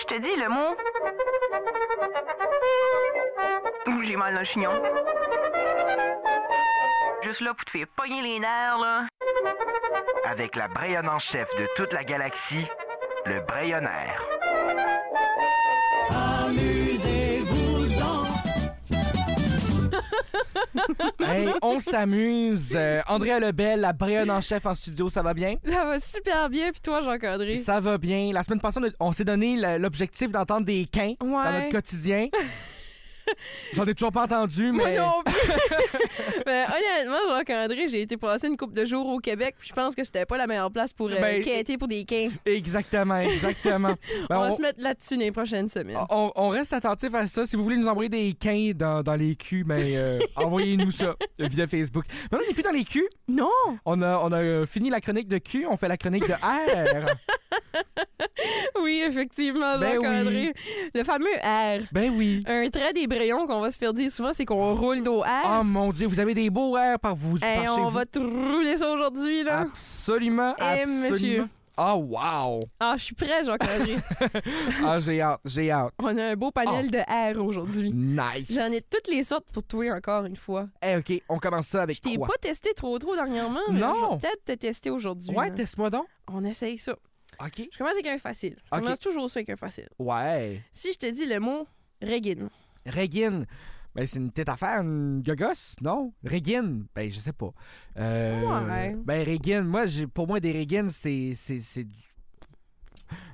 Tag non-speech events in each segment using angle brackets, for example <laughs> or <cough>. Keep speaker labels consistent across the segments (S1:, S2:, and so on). S1: je te dis le mot. Ouh, J'ai mal dans le chignon. Juste là pour te faire pogner les nerfs, là.
S2: Avec la Brayonne en chef de toute la galaxie, le Brayonnaire.
S3: Hey, on s'amuse. Euh, Andrea Lebel, la Brayonne en chef en studio, ça va bien?
S4: <laughs> Ça va super bien, puis toi, jean cadré
S3: Ça va bien. La semaine passée, on a- on s'est donné le- l'objectif d'entendre des quins dans
S4: Ouais.
S3: notre
S4: <laughs>
S3: quotidien. J'en ai toujours pas entendu, mais.
S4: <laughs>
S3: <laughs>
S4: Moi non plus! <laughs> Mais honnêtement, jean cadré j'ai été passer une couple de jours au Québec, puis je pense que c'était pas la meilleure place pour euh,
S3: Ben,
S4: quêter pour des quins.
S3: Exactement, exactement. Ben,
S4: <laughs> on va
S3: on- Ah.
S4: se mettre là-dessus les prochaines semaines.
S3: on, on reste attentif à ça. Si vous voulez nous envoyer des quins dans, dans les culs, ben,
S4: <laughs>
S3: euh, envoyez-nous ça via Facebook. Maintenant, on n'est plus dans les culs. <laughs>
S4: Non!
S3: On a, on a euh, fini la chronique de cul, on fait la chronique de
S4: <laughs>
S3: R.
S4: Oui, effectivement,
S3: Ben
S4: jean cadré Le fameux R.
S3: ben oui.
S4: Un trait des brayons qu'on va se faire dire souvent, c'est qu'on roule nos
S3: Oh
S4: R.
S3: mon Dieu, vous avez des beaux R par vous. par
S4: Hey,
S3: chez
S4: Eh, on
S3: vous. Ah.
S4: va te rouler ça aujourd'hui, là.
S3: Absolument,
S4: Eh,
S3: absolument.
S4: monsieur.
S3: Ah, wow!
S4: Ah, je suis prêt,
S3: <laughs>
S4: jean cadré
S3: Ah, j'ai hâte, j'ai hâte.
S4: on a un beau panel
S3: Ah.
S4: de R aujourd'hui.
S3: Nice!
S4: J'en ai toutes les sortes pour toi encore une fois.
S3: Eh, OK, on commence ça avec
S4: Je t'ai
S3: quoi?
S4: pas testé trop trop dernièrement, mais
S3: Non.
S4: je vais peut-être te tester aujourd'hui.
S3: Ouais,
S4: là.
S3: teste-moi donc.
S4: On essaye ça.
S3: OK.
S4: Je commence avec un facile. Je
S3: Ok.
S4: commence toujours ça avec un facile.
S3: Ouais.
S4: Si je te dis le mot Regin.
S3: Régine. Ben, c'est une petite affaire, une gogosse, non? Régine. Ben, je sais pas. Euh,
S4: Ouais.
S3: Ben, Régine, moi, j'ai- pour moi, des Régines, c'est... c'est- c'est du-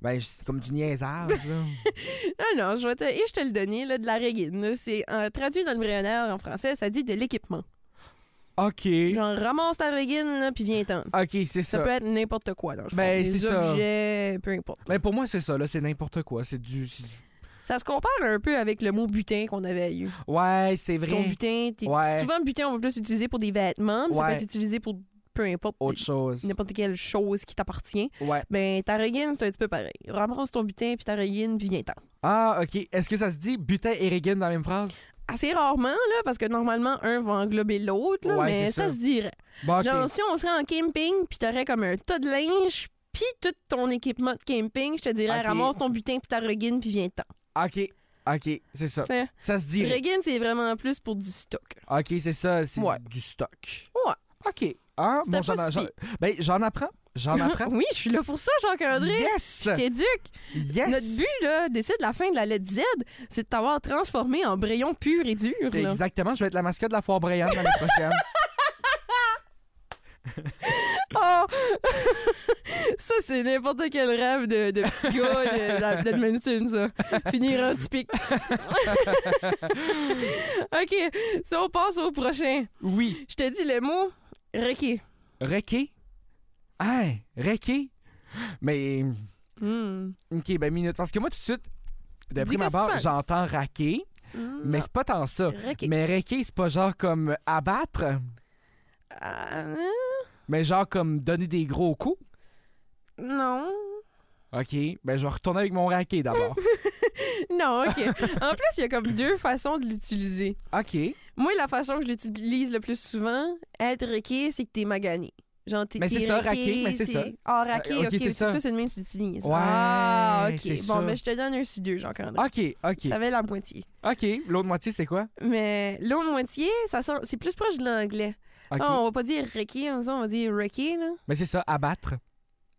S3: Ben, c'est comme du niaisage,
S4: <laughs>
S3: là.
S4: Non, non, je vais te, et je te le donner, là, de la Regin. C'est euh, traduit dans le brionnaire en français, ça dit de l'équipement.
S3: OK.
S4: Genre, ramasse ta Regin, là, puis viens-t'en.
S3: OK, c'est ça.
S4: Ça peut être n'importe quoi, dans le fond.
S3: Ben,
S4: Des
S3: c'est ça.
S4: objets, peu importe.
S3: Ben, pour moi, c'est ça, là. C'est n'importe quoi. C'est du... c'est du-
S4: Ça se compare un peu avec le mot butin qu'on avait eu.
S3: Ouais, c'est vrai.
S4: Ton butin, t'es-
S3: Ouais.
S4: souvent butin, on va plus l'utiliser pour des vêtements, mais ça
S3: Ouais.
S4: peut être utilisé pour peu importe,
S3: Autre chose.
S4: n'importe quelle chose qui t'appartient.
S3: Ouais.
S4: Ben, ta régine, c'est un petit peu pareil. Ramasse ton butin, puis ta régine, puis viens-t'en.
S3: Ah, OK. Est-ce que ça se dit butin et Régine dans la même phrase?
S4: Assez rarement, là, parce que normalement, un va englober l'autre, là,
S3: Ouais,
S4: mais
S3: c'est
S4: ça
S3: ça.
S4: se dirait.
S3: Bon, OK.
S4: Genre, si on serait en camping, puis t'aurais comme un tas de linge, puis tout ton équipement de camping, je te dirais,
S3: Ok.
S4: ramasse ton butin, puis ta régine, puis viens-t'en.
S3: OK. OK, c'est ça.
S4: C'est-
S3: Ça se dit.
S4: Régine, c'est vraiment plus pour du stock.
S3: OK, c'est ça, c'est
S4: Ouais.
S3: du stock.
S4: Ouais.
S3: OK. Hein?
S4: C'était
S3: j'en,
S4: pas si
S3: j'en- ben, j'en apprends.
S4: <laughs>
S3: J'en apprends.
S4: oui, je suis là pour ça, Jean-Candré.
S3: yes!
S4: Je t'éduque.
S3: Yes!
S4: Notre but, là, d'essayer de la fin de la lettre Z, c'est de t'avoir transformé en brayon pur et dur. là.
S3: Exactement, je vais être la mascotte de la foire Brayante l'année
S4: <laughs>
S3: prochaine.
S4: Oh! <laughs> ça, c'est n'importe quel rêve de, de petit gars de- de- d'Edmonton, ça. Finir en typique. <laughs> OK, si on passe au prochain.
S3: Oui.
S4: Je te dis le mot requis.
S3: Requé? Hein? Requé? Mais.
S4: Hmm.
S3: OK, ben, minute. Parce que moi, tout de suite, de
S4: Dis
S3: prime
S4: qu'est-ce que tu
S3: abord,
S4: penses.
S3: j'entends raquer,
S4: Hmm.
S3: mais c'est pas tant ça.
S4: Requis.
S3: Mais requé, c'est pas genre comme abattre,
S4: Ah, hein?
S3: mais genre comme donner des gros coups.
S4: non.
S3: OK, ben, je vais retourner avec mon raqué
S4: <laughs>
S3: d'abord.
S4: Non, OK. en plus, il y a comme deux façons de l'utiliser.
S3: OK.
S4: Moi, la façon que je l'utilise le plus souvent, être requé, c'est que t'es magané. Genre, t'es
S3: Mais c'est
S4: t'es
S3: ça,
S4: raqué,
S3: raqué, mais c'est
S4: t'es-
S3: ça.
S4: Ah, raqué,
S3: Euh, ok,
S4: ok,
S3: c'est
S4: c'est
S3: ça.
S4: toi, c'est le même que tu l'utilises.
S3: Ouais,
S4: ah, ok.
S3: c'est
S4: bon,
S3: ça.
S4: mais je te donne un sur deux, jean andré
S3: OK, OK.
S4: T'avais la moitié.
S3: OK, l'autre moitié, c'est quoi?
S4: Mais l'autre moitié, ça sent- c'est plus proche de l'anglais.
S3: OK.
S4: Ah, on va pas dire requé, on va dire requé, là.
S3: Mais c'est ça, abattre.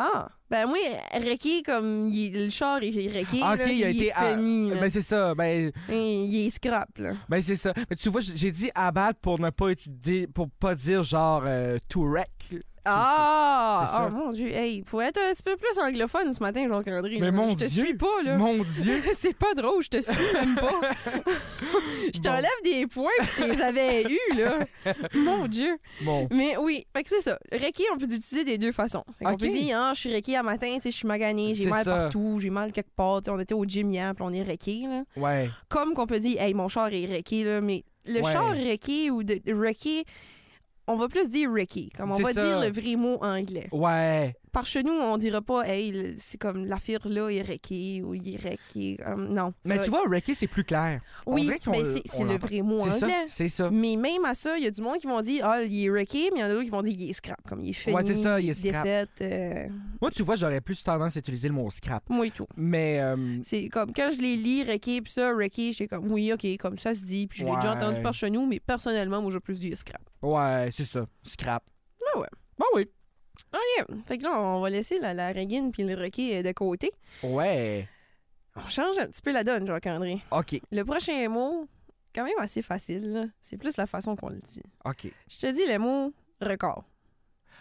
S4: Ah, ben moi, requé, comme il- le char, il est requé,
S3: Ah,
S4: là,
S3: ok, il a
S4: il
S3: été
S4: est
S3: à-
S4: fini, là.
S3: Ben, c'est ça, ben,
S4: Et il est scrap, là.
S3: ben c'est ça. Mais tu vois, j- j'ai dit abattre pour ne pas étudier, pour pas dire genre euh, to wreck.
S4: Ah,
S3: C'est ça.
S4: oh mon dieu, hey, faut être un petit peu plus anglophone ce matin, Jean-André.
S3: Mais
S4: là.
S3: mon
S4: je te
S3: Dieu,
S4: suis pas Oh, là.
S3: Mon Dieu!
S4: <laughs> C'est pas drôle, je te suis même pas.
S3: <laughs>
S4: je t'enlève des points que tu les avais
S3: <laughs>
S4: eus, là. Mon Dieu.
S3: Bon,
S4: Mais oui, fait que c'est ça. Reiki, on peut l'utiliser des deux façons. On
S3: Ok.
S4: peut dire, ah, je suis reiki à matin, tu sais, je suis magané, j'ai
S3: C'est
S4: mal
S3: ça.
S4: partout, j'ai mal quelque part. Tu sais, on était au gym hier, puis on est reiki, là.
S3: ouais.
S4: Comme qu'on peut dire, hey, mon char est reiki, là. Mais le
S3: Ouais.
S4: char reiki ou de reiki, on va plus dire reiki, comme on
S3: C'est
S4: va
S3: ça.
S4: dire le vrai mot anglais.
S3: Ouais.
S4: par chez nous, on dira pas, hey, le- c'est comme la fille là est requée ou il est requée. Comme, non. ça
S3: Mais
S4: va-
S3: tu vois, Wrecky, c'est plus clair. on
S4: oui,
S3: dirait qu'on-
S4: mais c'est- c'est
S3: on
S4: le
S3: l'entend.
S4: vrai mot
S3: C'est ça,
S4: anglais.
S3: c'est ça.
S4: Mais même à ça, il y a du monde qui vont dire, ah, il est requé, mais il y en a d'autres qui vont dire, il est scrap, comme il est fini.
S3: Ouais, c'est ça, il est scrap.
S4: Défaite, euh,
S3: Moi, tu vois, j'aurais plus tendance à utiliser le mot scrap.
S4: moi et tout.
S3: Mais euh,
S4: C'est comme quand je les lis, requé, puis ça, requé, j'étais comme, oui, OK, comme ça se dit, puis je l'ai déjà
S3: Ouais.
S4: entendu par chez nous, mais personnellement, moi, je plus dire scrap.
S3: ouais, c'est ça. Scrap.
S4: Ah ouais.
S3: Bah oui.
S4: OK. Ah, Fait que là, on va laisser la, la reguine puis le requé euh, de côté.
S3: Ouais.
S4: On change un petit peu la donne, Jacques-André.
S3: OK.
S4: Le prochain mot, quand même assez facile, là. c'est plus la façon qu'on le dit.
S3: OK.
S4: Je te dis le mot record.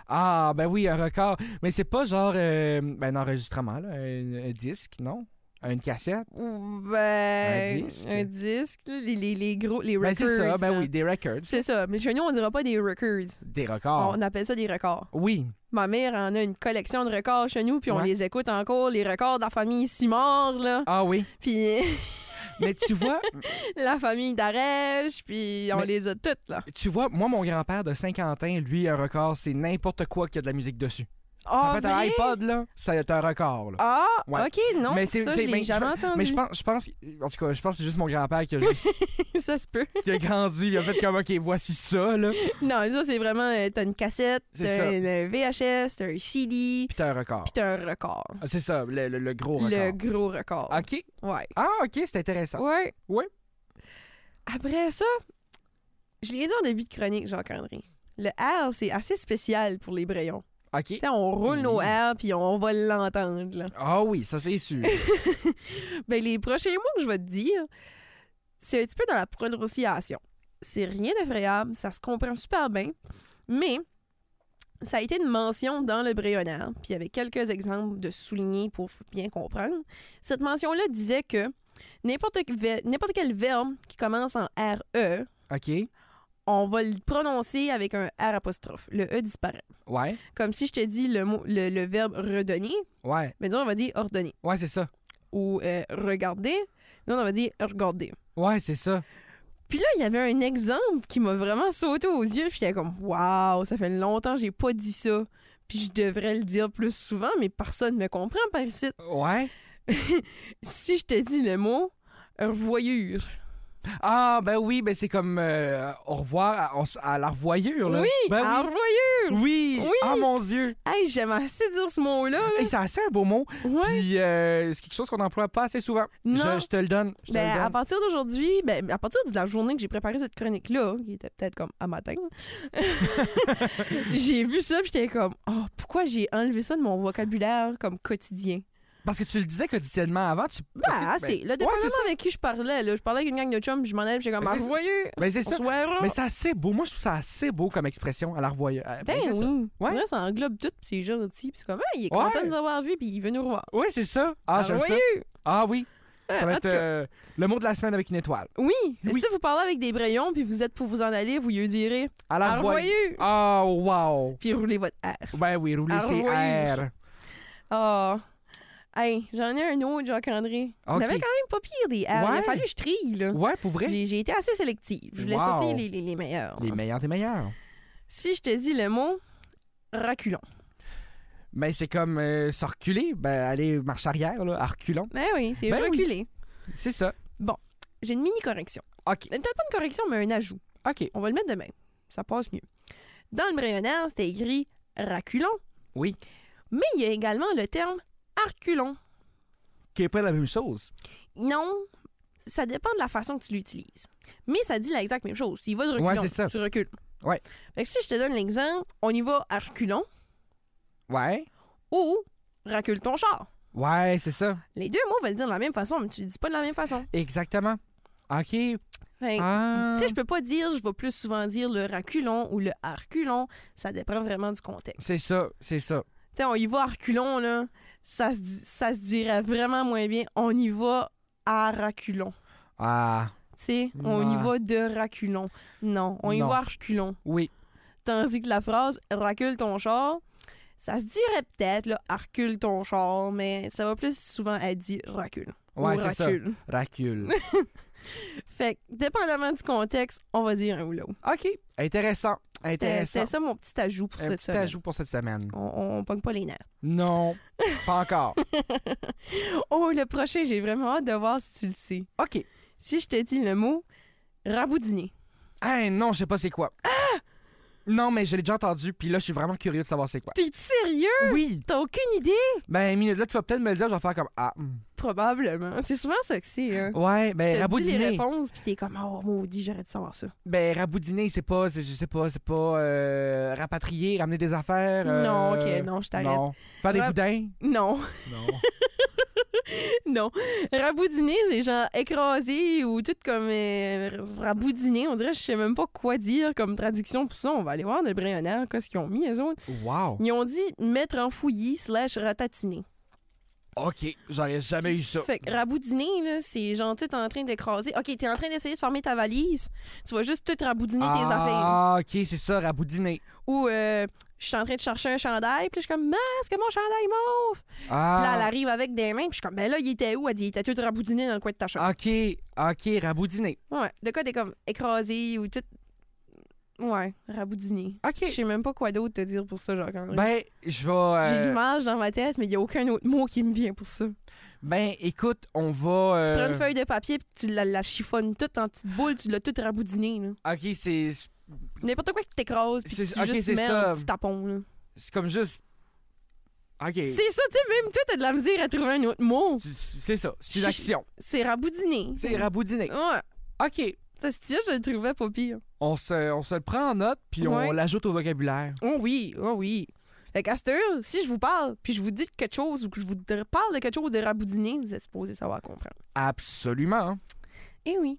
S3: Ah, ben oui, un record. Mais c'est pas genre euh, ben, un enregistrement, là. Un, un disque, non? Une cassette?
S4: Ou ben,
S3: Un disque.
S4: Un disque, là, les, les, les gros, les
S3: Ben
S4: records.
S3: c'est ça, ben
S4: là.
S3: oui, des records.
S4: C'est ça. Mais chez nous, on dira pas des records.
S3: Des records.
S4: On appelle ça des records.
S3: Oui.
S4: Ma mère en a une collection de records chez nous, puis on
S3: Ouais.
S4: les écoute encore, les records de la famille Simard, là,
S3: Ah oui.
S4: puis <laughs>
S3: Mais tu vois, <laughs>
S4: la famille Darèche, puis on
S3: Mais-
S4: les a toutes, là.
S3: tu vois, moi, mon grand-père de Saint-Quentin, lui, un record, c'est n'importe quoi qui a de la musique dessus. Ça peut être un
S4: Ah, vrai?
S3: iPod, là. Ça est un record, là.
S4: Ah,
S3: Ouais.
S4: ok, non,
S3: Mais c'est-
S4: ça, je
S3: c'est- mais
S4: l'ai
S3: je
S4: jamais
S3: pense-
S4: entendu.
S3: Mais je pense, je pense, en tout cas, je pense que c'est juste mon grand-père qui a, juste-
S4: <laughs>
S3: <laughs>
S4: ça se peut.
S3: qui a grandi, il a fait comme, OK, voici ça, là, puis
S4: Non, ça, c'est vraiment, euh, t'as une cassette,
S3: C'est
S4: t'as
S3: ça.
S4: une euh, VHS, t'as un CD,
S3: t'as un record.
S4: puis t'as un record.
S3: Ah, C'est ça, le, le- le gros record.
S4: Le gros record.
S3: OK.
S4: Ouais.
S3: Ah, OK, c'est intéressant.
S4: Ouais.
S3: Ouais.
S4: Après ça, je l'ai dit en début de chronique, Jacques-André. Le R, c'est assez spécial pour les Brayons.
S3: OK.
S4: Tu sais, on roule nos
S3: Oui.
S4: R, puis on va l'entendre. là.
S3: Ah oui, ça, c'est sûr. <laughs>
S4: Ben, les prochains mots que je vais te dire, c'est un petit peu dans la prononciation. C'est rien d'effrayable, ça se comprend super bien, mais ça a été une mention dans le Bréonard, puis avec quelques exemples de soulignés pour f- bien comprendre. Cette mention-là disait que n'importe que- ve- n'importe quel verbe qui commence en RE,
S3: OK.
S4: on va le prononcer avec un R apostrophe. Le E disparaît.
S3: Ouais.
S4: Comme si je te dis le, mot, le, le verbe redonner,
S3: Ouais.
S4: mais disons, on va dire ordonner
S3: Ouais, c'est ça.
S4: ou euh, regarder. Nous, on va dire regarder.
S3: Ouais, c'est ça.
S4: Puis là, il y avait un exemple qui m'a vraiment sauté aux yeux. Puis j'étais comme, waouh, ça fait longtemps que j'ai pas dit ça. Puis je devrais le dire plus souvent, mais personne me comprend par ici.
S3: Ouais.
S4: Si je te dis le mot revoyure.
S3: Ah, ben oui, ben c'est comme euh, au revoir à, on s- à la revoyure, là.
S4: Oui,
S3: Ben
S4: ah, revoyure.
S3: oui.
S4: Oui.
S3: Ah, mon Dieu.
S4: Hey, j'aime assez dire ce mot-là. là.
S3: Et c'est assez un beau mot.
S4: Ouais.
S3: Puis euh, c'est quelque chose qu'on n'emploie pas assez souvent. Je-
S4: Non.
S3: Je, te le donne. Je te
S4: Ben,
S3: le
S4: à
S3: donne.
S4: partir d'aujourd'hui, ben, à partir de la journée que j'ai préparé cette chronique-là, qui était peut-être comme
S3: <laughs>
S4: à matin, <laughs> j'ai vu ça, puis j'étais comme, oh, pourquoi j'ai enlevé ça de mon vocabulaire comme quotidien?
S3: Parce que tu le disais quotidiennement avant. Tu...
S4: Ben,
S3: parce que-
S4: assez. Là,
S3: ouais,
S4: dépendamment
S3: c'est ça.
S4: avec qui je parlais, là, je parlais avec une gang de chums, puis je m'en allais, puis j'étais comme,
S3: Ben,
S4: ah,
S3: c'est-
S4: vous voyez,
S3: Ben, c'est
S4: on
S3: ça.
S4: se verra.
S3: Mais c'est assez beau. Moi, je trouve ça assez beau comme expression à la revoyure. Euh,
S4: Ben
S3: c'est ça.
S4: oui.
S3: Ouais.
S4: Là, ça englobe tout, puis c'est gentil, puis c'est comme, hey, il est
S3: Ouais.
S4: content de nous avoir vus, puis il veut nous revoir.
S3: Oui, c'est ça. Ah, j'aime ça.
S4: voyez.
S3: Ah oui. Ça va
S4: Ah, en
S3: être
S4: tout cas,
S3: euh, le mot de la semaine avec une étoile.
S4: Oui.
S3: Oui.
S4: si vous parlez avec des brayons, puis vous êtes pour vous en aller, vous lui direz,
S3: À la
S4: ah, vous
S3: revoyure.
S4: voyez.
S3: Ah, wow.
S4: Puis roulez votre R.
S3: Ben oui, rouler
S4: À la
S3: ses
S4: revoyure.
S3: airs.
S4: Ah. Hey, j'en ai un autre, Jacques-André. Il y en
S3: Ok.
S4: avait quand même pas pire des R. Il a
S3: Ouais.
S4: fallu que je trie, là.
S3: Ouais, pour vrai.
S4: J'ai j'ai été assez sélective. Je voulais
S3: Wow.
S4: sortir les, les- les meilleurs.
S3: Les meilleurs des meilleurs.
S4: Si je te dis le mot reculons.
S3: Ben, c'est comme euh, se reculer. Ben, aller marche arrière, là, à reculons.
S4: Ben oui, c'est
S3: Ben oui.
S4: reculer.
S3: C'est ça.
S4: J'ai une mini correction.
S3: OK.
S4: Peut-être pas une correction, mais un ajout.
S3: OK.
S4: On va le mettre demain. Ça passe mieux. Dans le brayonnaire, c'était écrit reculons.
S3: Oui.
S4: Mais il y a également le terme arculon.
S3: Qui est pas la même chose.
S4: Non, ça dépend de la façon que tu l'utilises. Mais ça dit l'exacte même chose. Tu y vas de reculons.
S3: Ouais, c'est ça.
S4: Tu recules.
S3: Ouais.
S4: Fait que si je te donne l'exemple, on y va à reculons
S3: Ouais.
S4: ou recule ton char.
S3: Ouais, c'est ça.
S4: Les deux mots veulent dire de la même façon, mais tu le dis pas de la même façon.
S3: Exactement. OK.
S4: Fait que,
S3: Ah.
S4: Tu sais, je peux pas dire, je vais plus souvent dire le reculons ou le arculon. Ça dépend vraiment du contexte.
S3: C'est ça, c'est ça.
S4: Tu sais, on y va à reculons, là. Ça se, dit- ça se dirait vraiment moins bien. On y va à reculons.
S3: Ah,
S4: Tu sais, on y
S3: Ouais.
S4: va de reculons. Non, on y
S3: Non.
S4: va à reculons.
S3: oui.
S4: Tandis que la phrase recule ton char, ça se dirait peut-être, là, «Ah, recule ton char, mais ça va plus souvent être dit recule.
S3: Ouais,
S4: ou
S3: c'est ça.
S4: <laughs> recule.
S3: Racule.
S4: Fait que, dépendamment du contexte, on va dire un ou l'autre.
S3: OK. Intéressant.
S4: C'était
S3: Intéressant.
S4: c'était ça mon petit ajout pour
S3: Un
S4: cette
S3: petit
S4: semaine.
S3: ajout pour cette semaine.
S4: On, on, on pogne pas les nerfs.
S3: Non, pas encore.
S4: Oh, le prochain, j'ai vraiment hâte de voir si tu le sais.
S3: OK.
S4: Si je te dis le mot raboudiner.
S3: Ah non, je sais pas c'est quoi. Ah! Non, mais je l'ai déjà entendu, puis là, je suis vraiment curieux de savoir c'est quoi.
S4: T'es sérieux?
S3: Oui!
S4: T'as aucune idée?
S3: Ben, minute, là, tu vas peut-être me le dire, je vais faire comme Ah. hmm.
S4: Probablement. C'est souvent ça que c'est, hein.
S3: Ouais,
S4: Je
S3: ben,
S4: te dis les
S3: raboudiner.
S4: réponses, puis t'es comme, oh, maudit, j'aurais dû savoir ça.
S3: Ben, raboudiner, c'est pas, c'est- je sais pas, c'est pas euh, rapatrier, ramener des affaires. euh,
S4: Non, OK, non, je t'arrête.
S3: Non. Faire des
S4: Rab-
S3: boudins.
S4: Non, <laughs>
S3: Non.
S4: non. Raboudiner, c'est genre écrasé ou tout comme euh, raboudiner. On dirait, je sais même pas quoi dire comme traduction pour ça. On va aller voir le Brayonnard, qu'est-ce qu'ils ont mis, eux autres.
S3: Wow.
S4: Ils ont dit mettre en fouillis slash ratatiner.
S3: OK, j'aurais jamais eu ça.
S4: Fait que raboudiner, là, c'est genre, tu sais, t'es en train d'écraser. OK, t'es en train d'essayer de former ta valise. Tu vas juste tout raboudiner tes affaires.
S3: Ah, OK, c'est ça, raboudiner.
S4: Ou, euh, je suis en train de chercher un chandail, puis là, je suis comme, masque, mon chandail mauve. Puis là, elle
S3: Ah,
S4: arrive avec des mains, puis je suis comme, ben là, il était où? Elle dit, il était tout raboudiné dans le coin de ta chambre.
S3: OK, OK, raboudiner.
S4: Ouais, de quoi t'es comme écrasé ou tout. Ouais, raboudiné. Je
S3: OK.
S4: sais même pas quoi d'autre te dire pour ça, genre, quand même.
S3: Ben, je vais. euh,
S4: J'ai l'image dans ma tête, mais il y a aucun autre mot qui me vient pour ça.
S3: Ben, écoute, on va.
S4: Tu
S3: euh,
S4: prends une feuille de papier, puis tu la, la chiffonnes toute en petites boules, tu l'as toute raboudinée, là.
S3: Ok, c'est
S4: N'importe quoi qui t'écrase, puis que
S3: C'est-
S4: tu
S3: ok,
S4: juste
S3: c'est
S4: mets
S3: ça.
S4: un petit tapon, là.
S3: c'est comme juste. Ok.
S4: C'est ça, tu sais, même toi, t'as de la misère à trouver un autre mot.
S3: C'est- C'est ça. C'est une action.
S4: C'est raboudiné.
S3: C'est raboudiné.
S4: Ouais.
S3: Ok.
S4: Ça, c'est ça, je le trouvais pas pire.
S3: On se, on se le prend en note, puis on
S4: Ouais.
S3: l'ajoute au vocabulaire.
S4: Oh oui, oh oui. Fait qu'à cette heure, si je vous parle, puis je vous dis de quelque chose ou que je vous dr- parle de quelque chose de raboudiné, vous êtes supposé savoir comprendre.
S3: Absolument.
S4: Eh oui.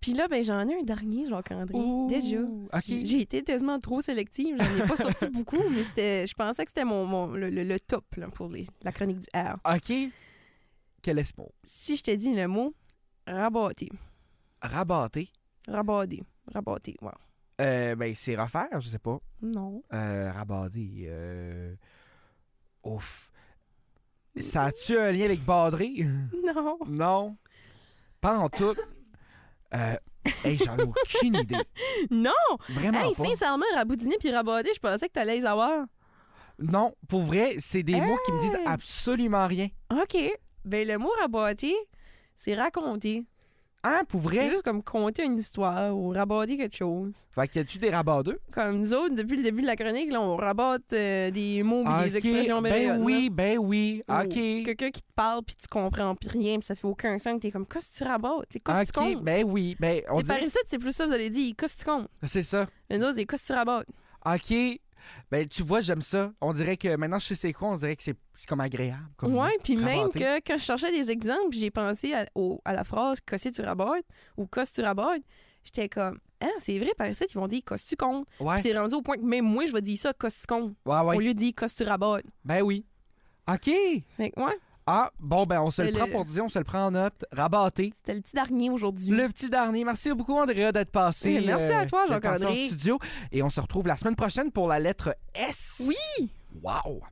S4: Puis là, ben j'en ai un dernier, Jacques-André. Déjà.
S3: Ok.
S4: J'ai- J'ai été tellement trop sélective, j'en ai pas <laughs> sorti beaucoup, mais c'était, je pensais que c'était mon, mon- le, le- le top là, pour les- la chronique du R.
S3: Ok. Quel est ce mot?
S4: Si je te dis le mot rabatté,
S3: Rabatté.
S4: rabatté, rabatté, wow.
S3: Euh, ben, c'est refaire, je sais pas.
S4: Non.
S3: Euh, rabatté. Euh... Ouf. Ça a-tu un lien avec badré?
S4: <laughs> <laughs> Non.
S3: Non. Pas en tout. Euh, hey, j'en ai aucune idée.
S4: Non!
S3: Vraiment
S4: Hey,
S3: pas.
S4: sincèrement, raboudiné puis rabatté, je pensais que t'allais les avoir.
S3: Non, pour vrai, c'est des mots qui me disent
S4: Hey!
S3: absolument rien.
S4: OK. Ben, le mot raboter, c'est raconter.
S3: Hein, pour
S4: C'est
S3: vrai?
S4: juste comme conter une histoire ou raboter quelque chose.
S3: Fait que tu des rabats
S4: Comme nous autres, depuis le début de la chronique, là, on rabote euh, des mots ou des expressions
S3: ben
S4: béréones,
S3: oui, ben oui.
S4: là. Oh, Ou
S3: OK.
S4: Quelqu'un qui te parle puis tu comprends puis rien, puis ça fait aucun sens, t'es comme qu'est-ce que tu rabotes, T'sais, qu'est-ce que tu
S3: OK,
S4: comptes.
S3: ben oui. Ben, on
S4: Les
S3: dit...
S4: parisiens, c'est plus ça, vous allez dire qu'est-ce que tu comptes.
S3: C'est ça.
S4: Les autres, c'est qu'est-ce que tu rabotes.
S3: OK. Ben, tu vois, j'aime ça. On dirait que maintenant, je sais c'est quoi. On dirait que c'est c'est comme agréable. Comme
S4: ouais, puis même
S3: raboter.
S4: que quand je cherchais des exemples, j'ai pensé à, au- à la phrase qu'est-ce que tu rabotes ou qu'est-ce que tu rabotes. J'étais comme, ah, c'est vrai, par ici, ils vont dire qu'est-ce que tu comptes.
S3: Ouais,
S4: Puis c'est rendu au point que même moi, je vais dire ça, costicon,
S3: ouais, ouais.
S4: au lieu de dire costurabote.
S3: Ben oui. OK.
S4: Fait que, ouais,
S3: Ah, bon, ben, on se le
S4: C'est
S3: prend
S4: le-
S3: pour dire, on se le prend en note. Rabatté.
S4: c'était le petit dernier aujourd'hui.
S3: Le petit dernier. Merci beaucoup, Andrea, d'être passé. euh,
S4: Oui, merci à toi,
S3: d'être passé en
S4: Jacques-André.
S3: studio. Et on se retrouve la semaine prochaine pour la lettre S.
S4: Oui!
S3: Wow!